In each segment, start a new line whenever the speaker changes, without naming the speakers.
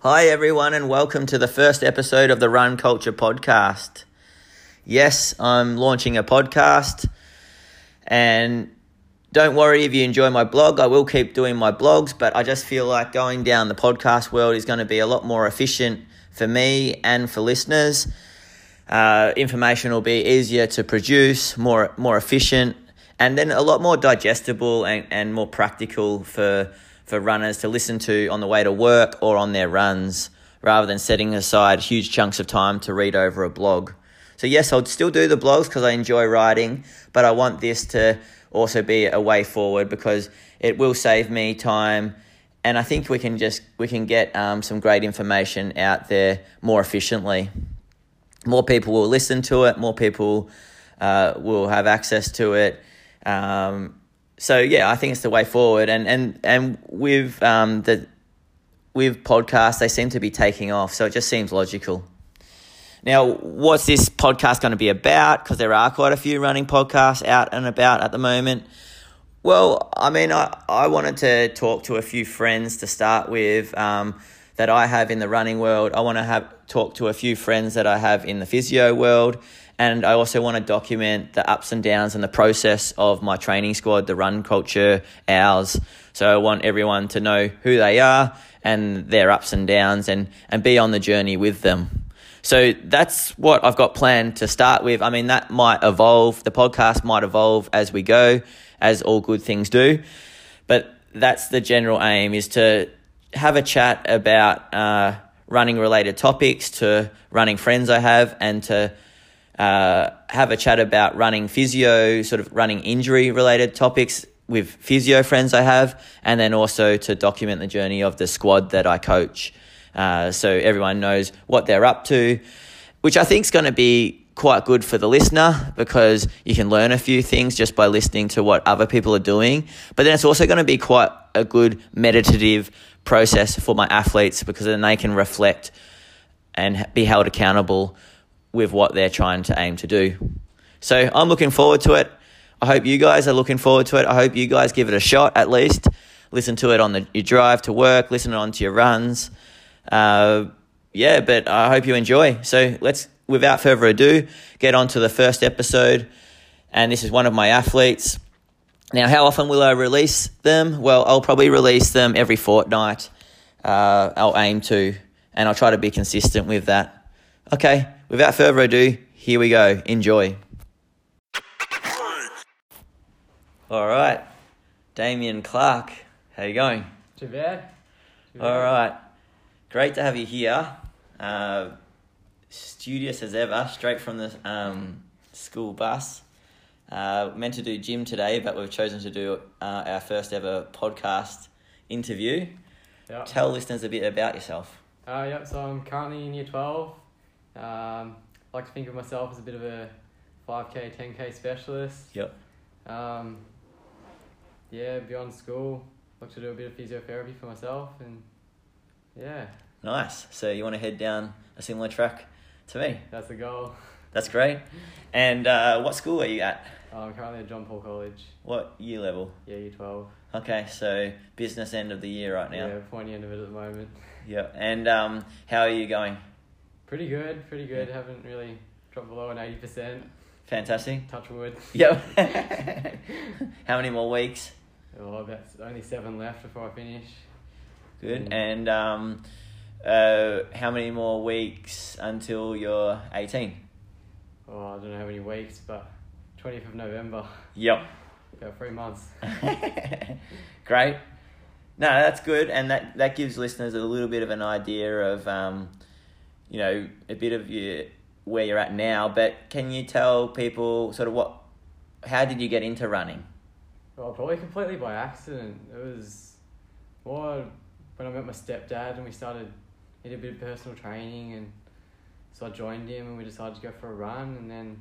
Hi, everyone, and welcome to the first episode of the Run Culture Podcast. Yes, I'm launching a podcast, and don't worry if you enjoy my blog, I will keep doing my blogs, but I just feel like going down the podcast world is going to be a lot more efficient for me and for listeners. Uh, information will be easier to produce, more more efficient, and then a lot more digestible and, and more practical for for runners to listen to on the way to work or on their runs, rather than setting aside huge chunks of time to read over a blog. So yes, I'll still do the blogs because I enjoy writing, but I want this to also be a way forward because it will save me time, and I think we can just we can get um, some great information out there more efficiently. More people will listen to it. More people uh, will have access to it. Um, so yeah, I think it's the way forward. And and and with um, the with podcasts, they seem to be taking off. So it just seems logical. Now, what's this podcast going to be about? Because there are quite a few running podcasts out and about at the moment. Well, I mean, I, I wanted to talk to a few friends to start with um, that I have in the running world. I want to have talk to a few friends that I have in the physio world, and I also want to document the ups and downs and the process of my training squad, the run culture, ours. So I want everyone to know who they are and their ups and downs, and and be on the journey with them. So that's what I've got planned to start with. I mean, that might evolve. The podcast might evolve as we go, as all good things do. But that's the general aim: is to have a chat about uh, running related topics to running friends I have, and to uh, have a chat about running physio, sort of running injury related topics with physio friends I have, and then also to document the journey of the squad that I coach. Uh, so everyone knows what they're up to, which I think is going to be quite good for the listener because you can learn a few things just by listening to what other people are doing. But then it's also going to be quite a good meditative process for my athletes because then they can reflect and be held accountable with what they're trying to aim to do. So I'm looking forward to it. I hope you guys are looking forward to it. I hope you guys give it a shot at least. Listen to it on the, your drive to work, listen on to your runs uh, yeah, but I hope you enjoy. So let's, without further ado, get on to the first episode. And this is one of my athletes. Now, how often will I release them? Well, I'll probably release them every fortnight. Uh, I'll aim to, and I'll try to be consistent with that. Okay, without further ado, here we go. Enjoy. All right, Damien Clark, how you going?
Too bad. Too
All
bad.
right, great to have you here. Uh, studious as ever, straight from the um, school bus. Uh, meant to do gym today, but we've chosen to do uh, our first ever podcast interview.
Yep.
Tell listeners a bit about yourself.
Uh, yep. So I'm currently in year twelve. Um, I like to think of myself as a bit of a five k, ten k specialist.
Yep.
Um, yeah, beyond school, like to do a bit of physiotherapy for myself, and yeah,
Nice. So you want to head down a similar track to me?
that's the goal.
That's great. And uh, what school are you at?
Um, I'm currently at John Paul College.
What year level?
Yeah, year twelve.
Okay, so business end of the year right now.
Yeah, pointy end of it at the moment.
Yep. And um, how are you going?
Pretty good. Pretty good. Haven't really dropped below an eighty percent.
Fantastic.
Touch wood.
Yep. How many more weeks?
Oh, about only seven left before I finish.
Good.
Mm.
And um, uh, how many more weeks until you're 18?
oh, I don't know how many weeks, but 20th of November,
Yep.
about three months.
Great. No, that's good. And that, that gives listeners a little bit of an idea of, um, you know, a bit of your, where you're at now. But can you tell people sort of what, how did you get into running?
Well, probably completely by accident. It was more when I met my stepdad and we started, he did a bit of personal training and so I joined him and we decided to go for a run and then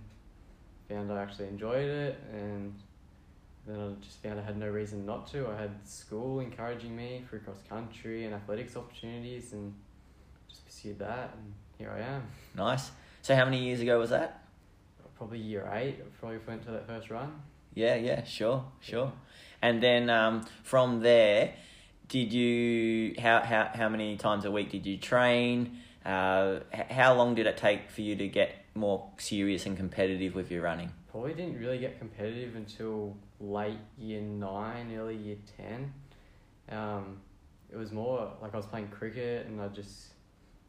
found I actually enjoyed it and then I just found I had no reason not to. I had school encouraging me through cross country and athletics opportunities and just pursued that and here I am.
Nice. So how many years ago was that?
probably year eight. I probably went to that first run.
Yeah, yeah, sure, sure. And then um, from there, did you how how how many times a week did you train? Uh, h- how long did it take for you to get more serious and competitive with your running?
Probably didn't really get competitive until late year nine, early year ten. Um, it was more like I was playing cricket and I just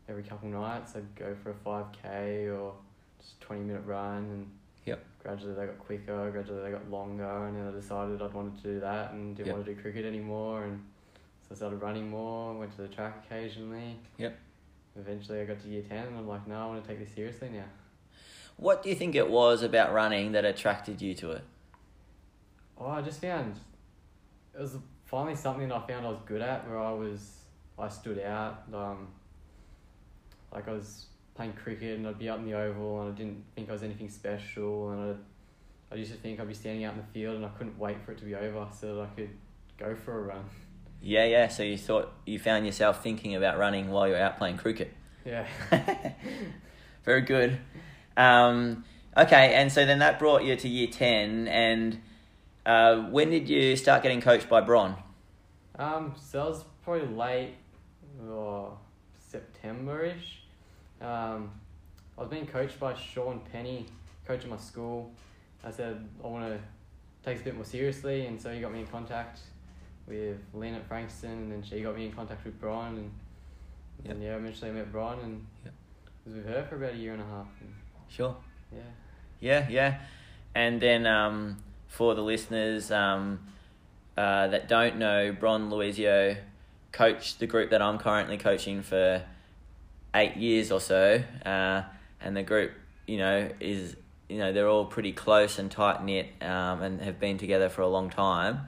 every couple nights I'd go for a five k or just twenty minute run and
Yep.
gradually they got quicker, gradually they got longer, and then I decided I wanted to do that and didn't
Yep.
want to do cricket anymore, and so I started running more, went to the track occasionally.
Yep.
Eventually, I got to year ten, and I'm like, no, I want to take this seriously now.
What do you think it was about running that attracted you to it?
Oh, I just found it was finally something I found I was good at where I was I stood out. Um, like I was playing cricket and I'd be out in the oval and I didn't think I was anything special and I I used to think I'd be standing out in the field and I couldn't wait for it to be over so that I could go for a run.
Yeah, yeah. So you thought you found yourself thinking about running while you're out playing cricket.
Yeah.
Very good. Um, okay, and so then that brought you to year ten, and uh, when did you start getting coached by Bron?
Um, so that was probably late or September ish. Um, I was being coached by Sean Penny, coach at my school. I said I want to take this a bit more seriously, and so he got me in contact with Lynn at Frankston, and then she got me in contact with Brian, and
Yep.
and yeah, eventually I met Brian, and
Yep.
was with her for about a year and a half. And
Sure.
yeah,
Yeah, yeah. And then um, for the listeners um, uh, that don't know, Bron Luizio coached the group that I'm currently coaching for eight years or so. Uh, and the group, you know, is, you know, they're all pretty close and tight knit um, and have been together for a long time.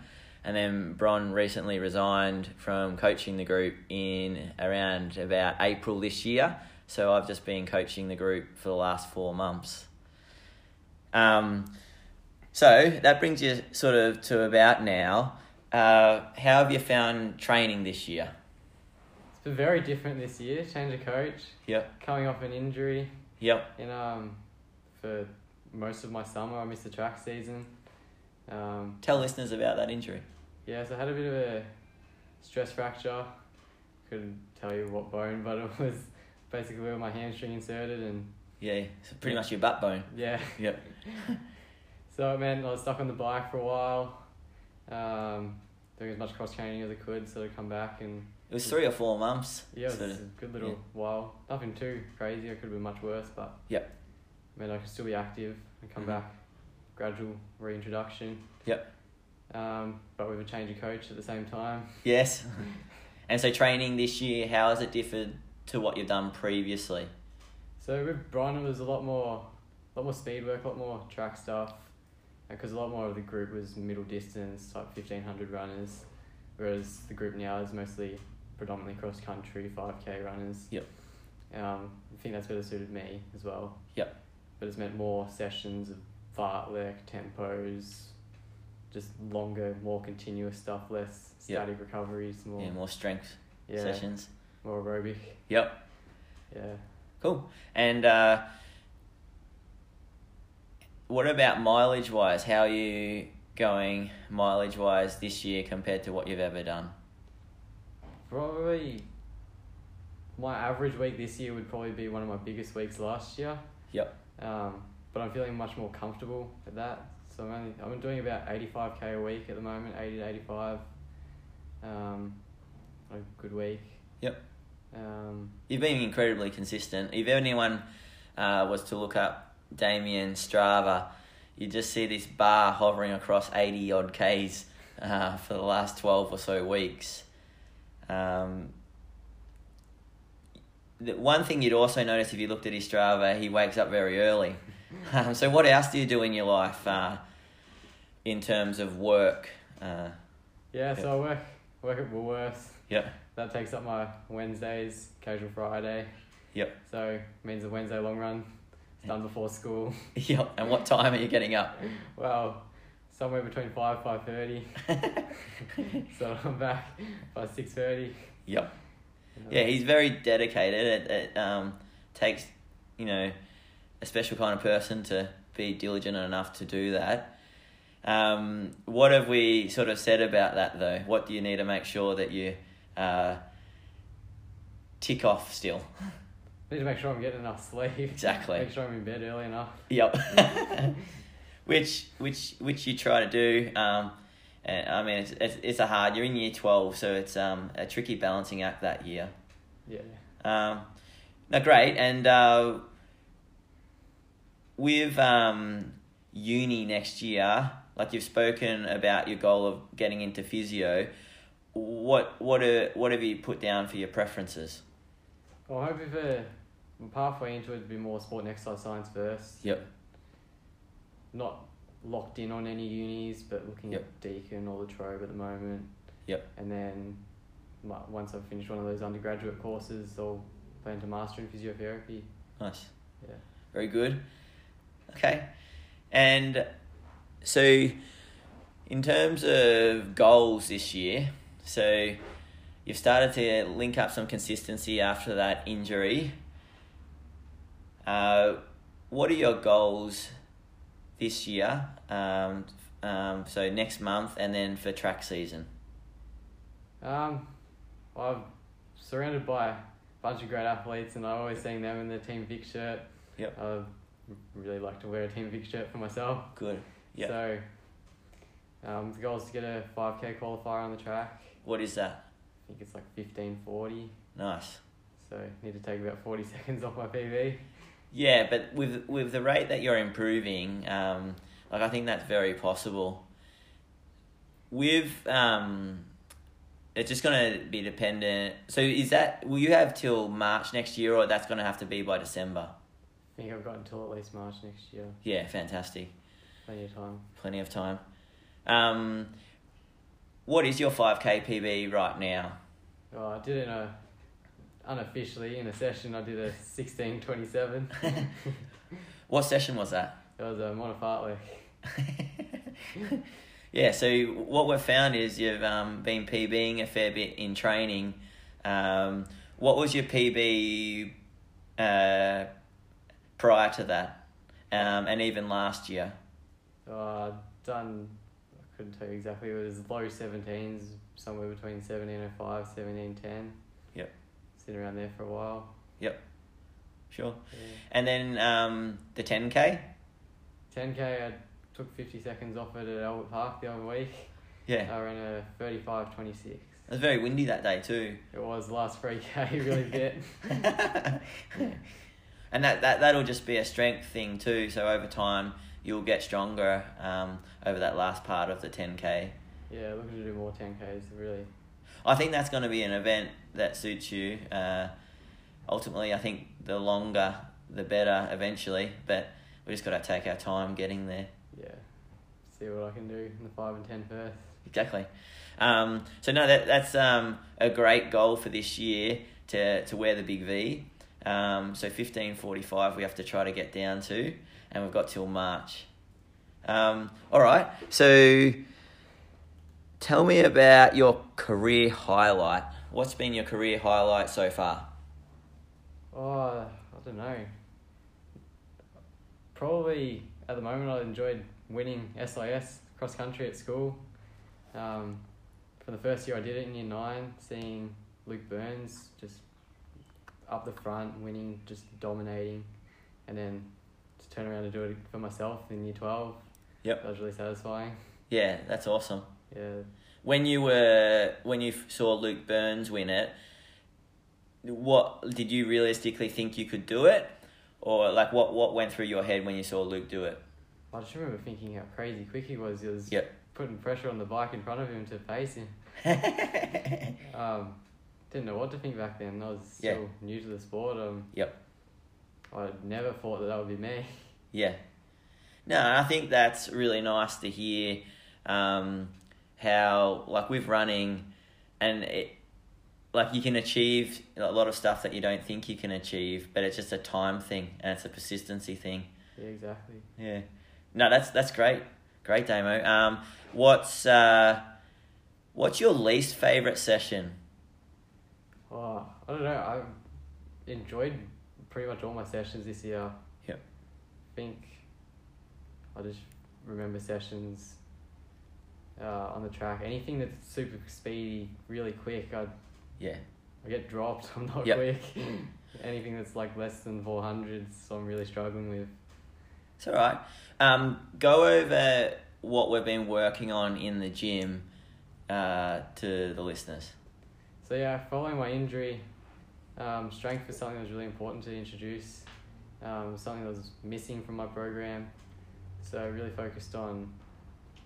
And then Bron recently resigned from coaching the group in around about April this year. So I've just been coaching the group for the last four months. Um, so that brings you sort of to about now. Uh, how have you found training this year?
it's been very different this year. Change of coach,
Yep.
coming off an injury.
Yep.
And um, for most of my summer, I missed the track season. Um,
Tell listeners about that injury.
yeah, so I had a bit of a stress fracture. Couldn't tell you what bone, but it was basically where my hamstring inserted, and
Yeah, so pretty much your butt bone.
yeah.
Yep.
So it meant I was stuck on the bike for a while, um, doing as much cross training as I could, so to come back and
It was three or four months.
Yeah, it
sort
was
of.
a good little
yeah.
while. Nothing too crazy. I could have been much worse, but
Yep.
I mean, I could still be active and come
Mhm.
back. Gradual reintroduction.
Yep.
Um, but with a change of coach at the same time.
Yes. and so training this year, how has it differed to what you've done previously?
So with Brian, it was a lot more, a lot more speed work, a lot more track stuff, because a lot more of the group was middle distance, like fifteen hundred runners, whereas the group now is mostly predominantly cross country, five k runners.
Yep.
Um, I think that's better suited me as well.
Yep.
But it's meant more sessions of fartlek tempos, just longer, more continuous stuff, less
Yep.
static recoveries, more
Yeah, more strength
yeah,
sessions.
more aerobic.
Yep.
Yeah.
Cool. And uh, what about mileage wise? How are you going mileage wise this year compared to what you've ever done?
Probably my average week this year would probably be one of my biggest weeks last year.
Yep.
Um, but I'm feeling much more comfortable at that. So I'm only I'm doing about eighty five k a week at the moment, eighty to eighty five. Um, a good week.
Yep.
Um,
You've been incredibly consistent. If anyone uh, was to look up Damien Strava, you just see this bar hovering across 80 odd Ks uh, for the last 12 or so weeks. Um, the one thing you'd also notice if you looked at his Strava, he wakes up very early. Um, so, what else do you do in your life uh, in terms of work? Uh,
yeah. So I work work at Woolworths.
Yep.
That takes up my Wednesdays, casual Friday.
Yep.
So means the Wednesday long run. It's done before school.
yep. And what time are you getting up?
Well, somewhere between five five thirty. so I'm back by six thirty.
Yep. Yeah, he's very dedicated. It, it um, takes, you know, a special kind of person to be diligent enough to do that. Um, what have we sort of said about that though? What do you need to make sure that you uh, tick off still?
Need to make sure I'm getting enough sleep.
Exactly.
Make sure I'm in bed early enough.
Yep. which which which you try to do. Um, and I mean, it's, it's it's a hard. You're in year twelve, so it's um a tricky balancing act that year.
Yeah.
Um, no, great. And uh, with um, uni next year, like you've spoken about your goal of getting into physio, what what are, what have you put down for your preferences?
Well, I hope if uh, my pathway into it would be more sport and exercise science first.
Yep.
Not locked in on any unis, but looking
Yep.
at Deakin or Latrobe at the moment.
Yep.
And then my, once I've finished one of those undergraduate courses, I'll plan to master in physiotherapy.
Nice.
Yeah.
Very good. Okay. And so, in terms of goals this year, so you've started to link up some consistency after that injury. Uh, what are your goals this year? Um, um, so next month, and then for track season.
Um, I'm surrounded by a bunch of great athletes, and I always seeing them in their Team Vic shirt.
Yep.
I really like to wear a Team Vic shirt for myself.
Good. Yep.
So, um, the goal is to get a five k qualifier on the track.
What is that?
I think it's like fifteen forty.
Nice.
So need to take about forty seconds off my PB.
Yeah, but with with the rate that you're improving, um, like I think that's very possible. With um, it's just gonna be dependent. So is that will you have till March next year, or that's gonna have to be by December?
I think I've got until at least March next year.
Yeah, fantastic,
Plenty of time.
plenty of time. Um, what is your five k PB right now?
Well, I did it in a unofficially in a session. I did a sixteen twenty seven.
What session was that?
It was a monofartlek.
yeah, so what we've found is you've um, been PBing a fair bit in training. Um, what was your PB uh, prior to that, um, and even last year?
Uh, done. I couldn't tell you exactly. It was low seventeens, somewhere between 1705, 1710.
Yep.
Sitting around there for a while.
Sure.
Yeah.
And then um, the ten k.
10k, I took 50 seconds off it at Albert Park the other week.
Yeah,
I ran a 35.26.
it was very windy that day too.
It was last 3k, really bit.
and that, that that'll just be a strength thing too. So over time, you'll get stronger um, over that last part of the ten k.
Yeah, looking to do more 10ks, really.
I think that's going to be an event that suits you. Uh, ultimately, I think the longer, the better eventually, but we just got to take our time getting there.
Yeah. See what I can do in the 5 and 10 first.
Exactly. Um, so, no, that, that's um, a great goal for this year to, to wear the big V. Um, so, 15.45 we have to try to get down to, and we've got till March. Um, all right. So, tell me about your career highlight. What's been your career highlight so far?
Oh, I don't know. Probably at the moment, I enjoyed winning SIS cross country at school. Um, for the first year I did it in year nine, seeing Luke Burns just up the front, winning, just dominating, and then to turn around and do it for myself in year twelve.
Yep.
that was really satisfying.
Yeah, that's awesome.
Yeah,
When you were when you saw Luke Burns win it, what did you realistically think you could do it, or like what what went through your head when you saw Luke do it?
I just remember thinking how crazy quick he was. He was
Yep.
putting pressure on the bike in front of him to face him. Um, didn't know what to think back then. I was
Yeah.
still new to the sport. Um,
Yep.
I never thought that that would be me.
yeah, no, I think that's really nice to hear. Um, how like with running, and it like you can achieve a lot of stuff that you don't think you can achieve, but it's just a time thing and it's a persistency thing.
Yeah, exactly.
Yeah. No, that's that's great. Great demo. Um what's uh what's your least favorite session?
Oh, I don't know. I enjoyed pretty much all my sessions this year.
Yep.
I think I just remember sessions uh, on the track. Anything that's super speedy, really quick, I
Yeah.
I get dropped. I'm not
Yep.
quick. Anything that's like less than four hundred, so I'm really struggling with.
It's all right. Um, go over what we've been working on in the gym uh, to the listeners.
So yeah, following my injury, um, strength was something that was really important to introduce. Um, something that was missing from my program, so I really focused on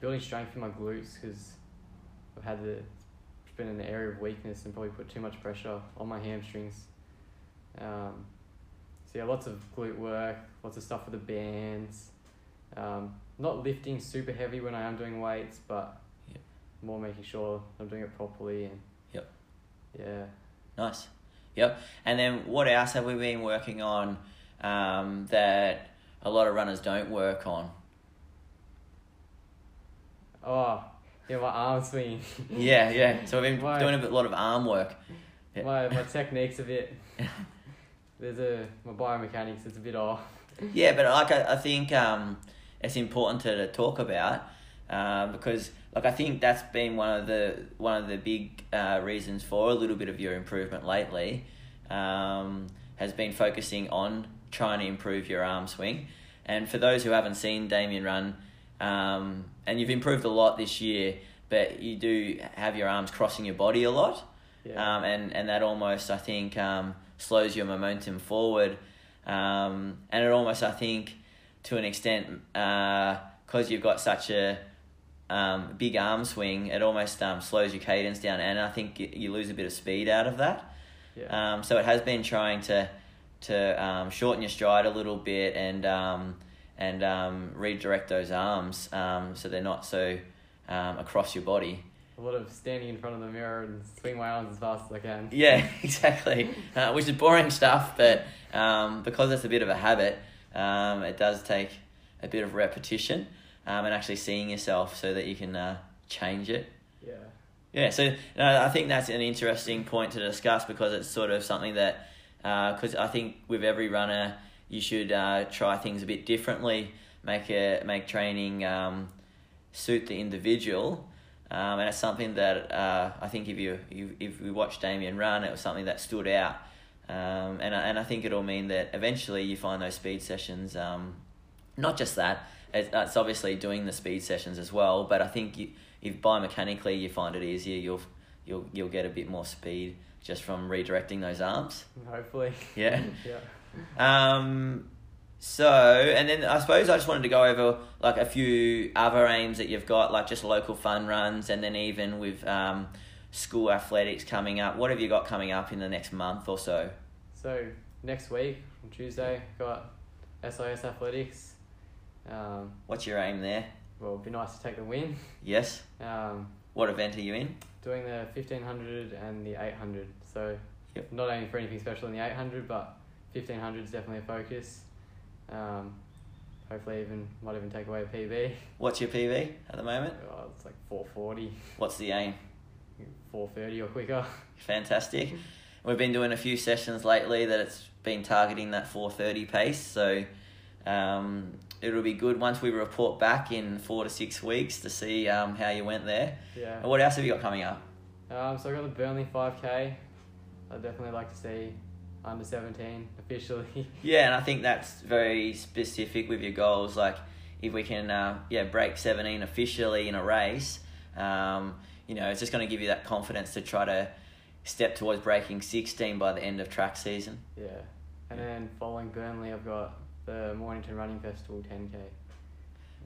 building strength in my glutes because I've had the it's been an area of weakness and probably put too much pressure on my hamstrings. Um, so yeah, lots of glute work, lots of stuff with the bands. Um, not lifting super heavy when I am doing weights, but
Yep.
more making sure I'm doing it properly and
Yep.
yeah.
Nice. Yep. And then what else have we been working on um, that a lot of runners don't work on?
Oh, yeah, my arm swing.
Yeah, yeah. So we've been
My-
doing a bit- lot of arm work. Yeah.
My my technique's a bit. There's a my biomechanics. It's a bit off.
Yeah, but like I, I think um, it's important to, to talk about um, because like I think that's been one of the one of the big uh, reasons for a little bit of your improvement lately um, has been focusing on trying to improve your arm swing. And for those who haven't seen Damien run, um, and you've improved a lot this year, but you do have your arms crossing your body a lot
Yeah.
um, and and that almost I think um, slows your momentum forward, um, and it almost I think to an extent because you've got such a um, big arm swing, it almost um, slows your cadence down, and I think y- you lose a bit of speed out of that.
yeah.
Um, so it has been trying to to um, shorten your stride a little bit and um, and um, redirect those arms um, so they're not so um, across your body.
a lot of standing in front of the mirror and swing my arms as fast as I can.
Yeah, exactly. Uh, which is boring stuff, but um, because it's a bit of a habit, um, it does take a bit of repetition um, and actually seeing yourself so that you can uh, change it.
Yeah.
Yeah, so no, I think that's an interesting point to discuss because it's sort of something that, because I think with every runner, you should uh, try things a bit differently, make a, make training um, suit the individual. Um, and it's something that uh, I think if you, you if we watched Damien run, it was something that stood out. Um, and, I- and I think it'll mean that eventually you find those speed sessions um, not just that it- it's obviously doing the speed sessions as well but i think you, if biomechanically you find it easier you'll you'll you'll get a bit more speed just from redirecting those arms
Hopefully.
Yeah.
yeah.
um so and then i suppose i just wanted to go over like a few other aims that you've got like just local fun runs and then even with um school athletics coming up what have you got coming up in the next month or so
So next week on Tuesday, got SIS athletics. Um,
what's your aim there
well, it'd be nice to take the win.
yes
Um,
what event are you in
doing the 1500 and the 800. So,
Yep.
not aiming for anything special in the 800, but 1500 is definitely a focus. Um, hopefully, even might even take away a PB.
what's your pv at the moment
Oh, it's like 440,
what's the aim
430 or quicker.
Fantastic. We've been doing a few sessions lately that it's been targeting that 4:30 pace, so um, it'll be good once we report back in four to six weeks to see um, how you went there.
Yeah.
And what else have you got coming up?
Um, so I got the Burnley 5K. I'd definitely like to see under 17 officially.
Yeah, and I think that's very specific with your goals. Like, if we can, uh, yeah, break 17 officially in a race, um, you know, it's just going to give you that confidence to try to step towards breaking 16 by the end of track season.
yeah. And then following Burnley, I've got the Mornington Running Festival 10K.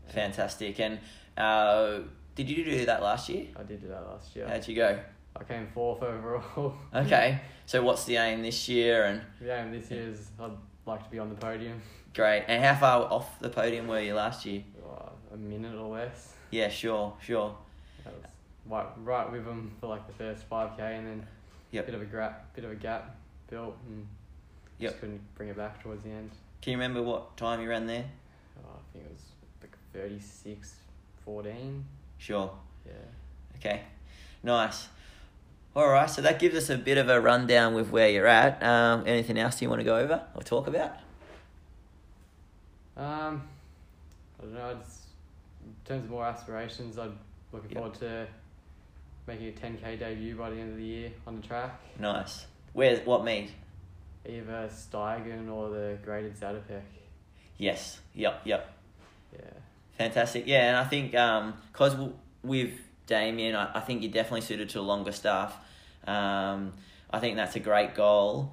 Fantastic. And uh, did you do that last year?
I did do that last year.
How'd you go?
I came fourth overall.
Okay. So what's the aim this year? And
Yeah, and this year's I'd like to be on the podium.
great. And how far off the podium were you last year?
Oh, a minute or less.
Yeah, sure, sure.
That was right, right with them for like the first five k, and then
Yep.
bit of a gap, bit of a gap built, and
Yep.
just couldn't bring it back towards the end.
Can you remember what time you ran there?
Oh, I think it was like 36, 14.
Sure.
Yeah.
Okay. Nice. All right. So that gives us a bit of a rundown with where you're at. Um, anything else you want to go over or talk about?
Um, I don't know. It's, in terms of more aspirations, I'd Looking
Yep.
forward to making a 10k debut by the end of the year on the track,
Nice. Where? What meet?
either Steigen or the graded Zatopek.
Yes. Yep. Yep.
Yeah.
Fantastic. Yeah, and I think because with Damien, I, I think you're definitely suited to longer stuff. Um, I think that's a great goal,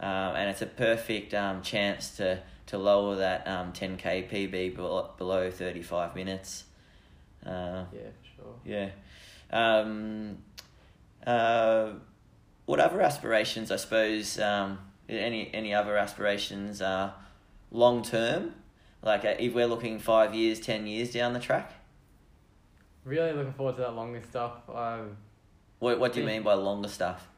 um, and it's a perfect um, chance to to lower that um, 10k PB below, below 35 minutes. Uh,
Yeah, for sure.
yeah. Um, uh, what other aspirations? I suppose um, any any other aspirations are long term, like uh, if we're looking five years, ten years down the track.
Really looking forward to that longer stuff. I've
What What do you
Yeah.
mean by longer stuff?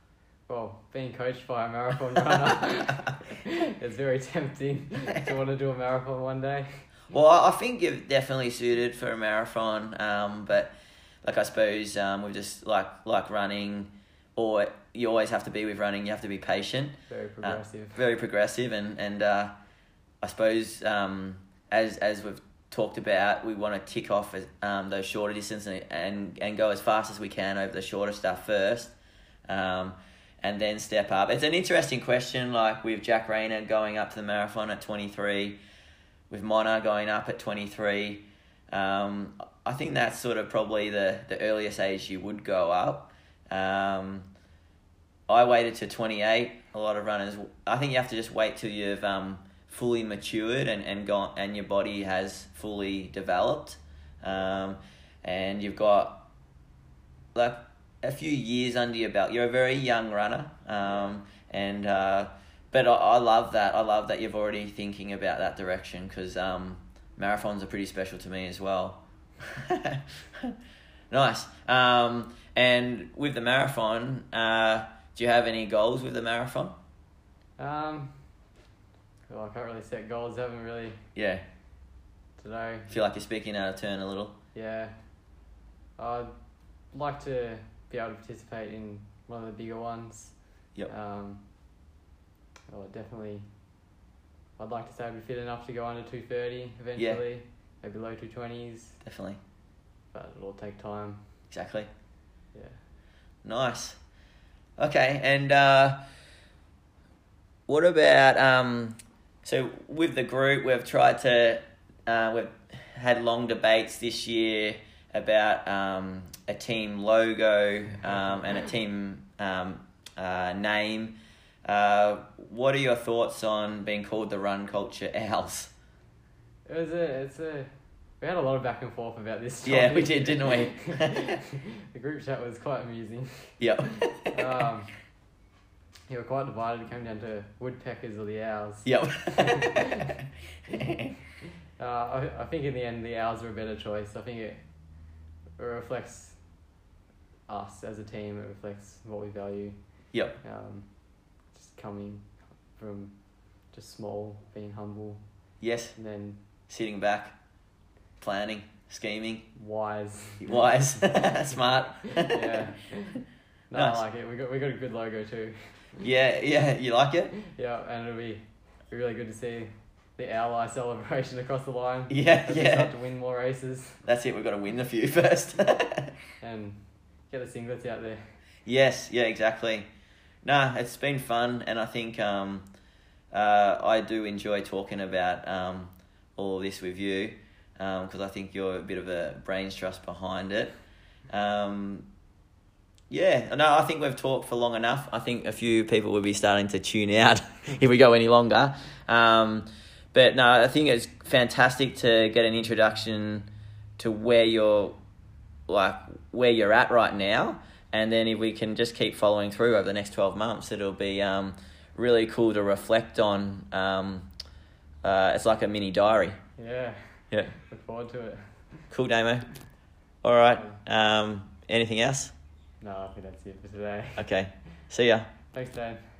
well, being coached by a marathon runner, it's very tempting to want to do a marathon one day.
Well, I I think you're definitely suited for a marathon. Um, but like I suppose um, we just like like running, or you always have to be with running. You have to be patient.
Very progressive.
very progressive and and uh, I suppose um, as as we've talked about, we want to tick off um, those shorter distances and, and and go as fast as we can over the shorter stuff first, um, and then step up. It's an interesting question, like with Jack Rayner going up to the marathon at twenty three, with Mona going up at twenty three. Um, I think that's sort of probably the, the earliest age you would go up. Um, I waited to 28. A lot of runners, I think you have to just wait till you've um, fully matured and, and gone and your body has fully developed. Um, and you've got like a few years under your belt. You're a very young runner. Um, and, uh, but I, I love that. I love that you've already thinking about that direction because um, marathons are pretty special to me as well. nice. Um, and with the marathon, uh, do you have any goals with the marathon?
Um, well, I can't really set goals. haven't really
Yeah.
today.
I feel like you're speaking out of turn a little.
Yeah, I'd like to be able to participate in one of the bigger ones.
Yep.
Um, well, definitely. I'd like to say I'd be fit enough to go under two thirty eventually, maybe low two twenties,
Definitely.
but it'll take time.
Exactly.
Yeah.
Nice. Okay, and uh, what about um, so with the group we've tried to uh, we've had long debates this year about um, a team logo um, and a team um, uh, name. Uh, what are your thoughts on being called the Run Culture Owls?
It was a, it's a, we had a lot of back and forth about this.
Yeah, we did,
topic.
didn't we?
the group chat was quite amusing.
Yep.
Um, yeah, we're quite divided. It came down to woodpeckers or the owls.
Yep.
Uh, I, I think in the end, the owls are a better choice. I think it, it reflects us as a team. It reflects what we value.
Yep.
Um, just coming from just small, being humble,
yes.
and then
Sitting back, planning, scheming.
wise.
Wise, smart.
yeah. No,
Nice.
I like it. We got we got a good logo too.
Yeah, yeah, you like it?
Yeah, and it'll be be really good to see the owl eye celebration across the line.
Yeah,
As we
yeah.
start to win more races
That's it, we've got to win the few first.
and get the singlets out there.
yes, yeah, exactly. Nah, it's been fun, and I think um, uh, I do enjoy talking about um, all this with you because I think you're a bit of a brains trust behind it. Um, yeah, no, I think we've talked for long enough. I think a few people will be starting to tune out if we go any longer. Um, but no, I think it's fantastic to get an introduction to where you're, like where you're at right now, and then if we can just keep following through over the next twelve months, it'll be um, really cool to reflect on. Um, uh, it's like a mini diary.
Yeah,
Yeah.
look forward to it.
Cool, Damo. All right. Um, anything else?
No, I think that's it for today.
Okay. See ya.
Thanks, Dan.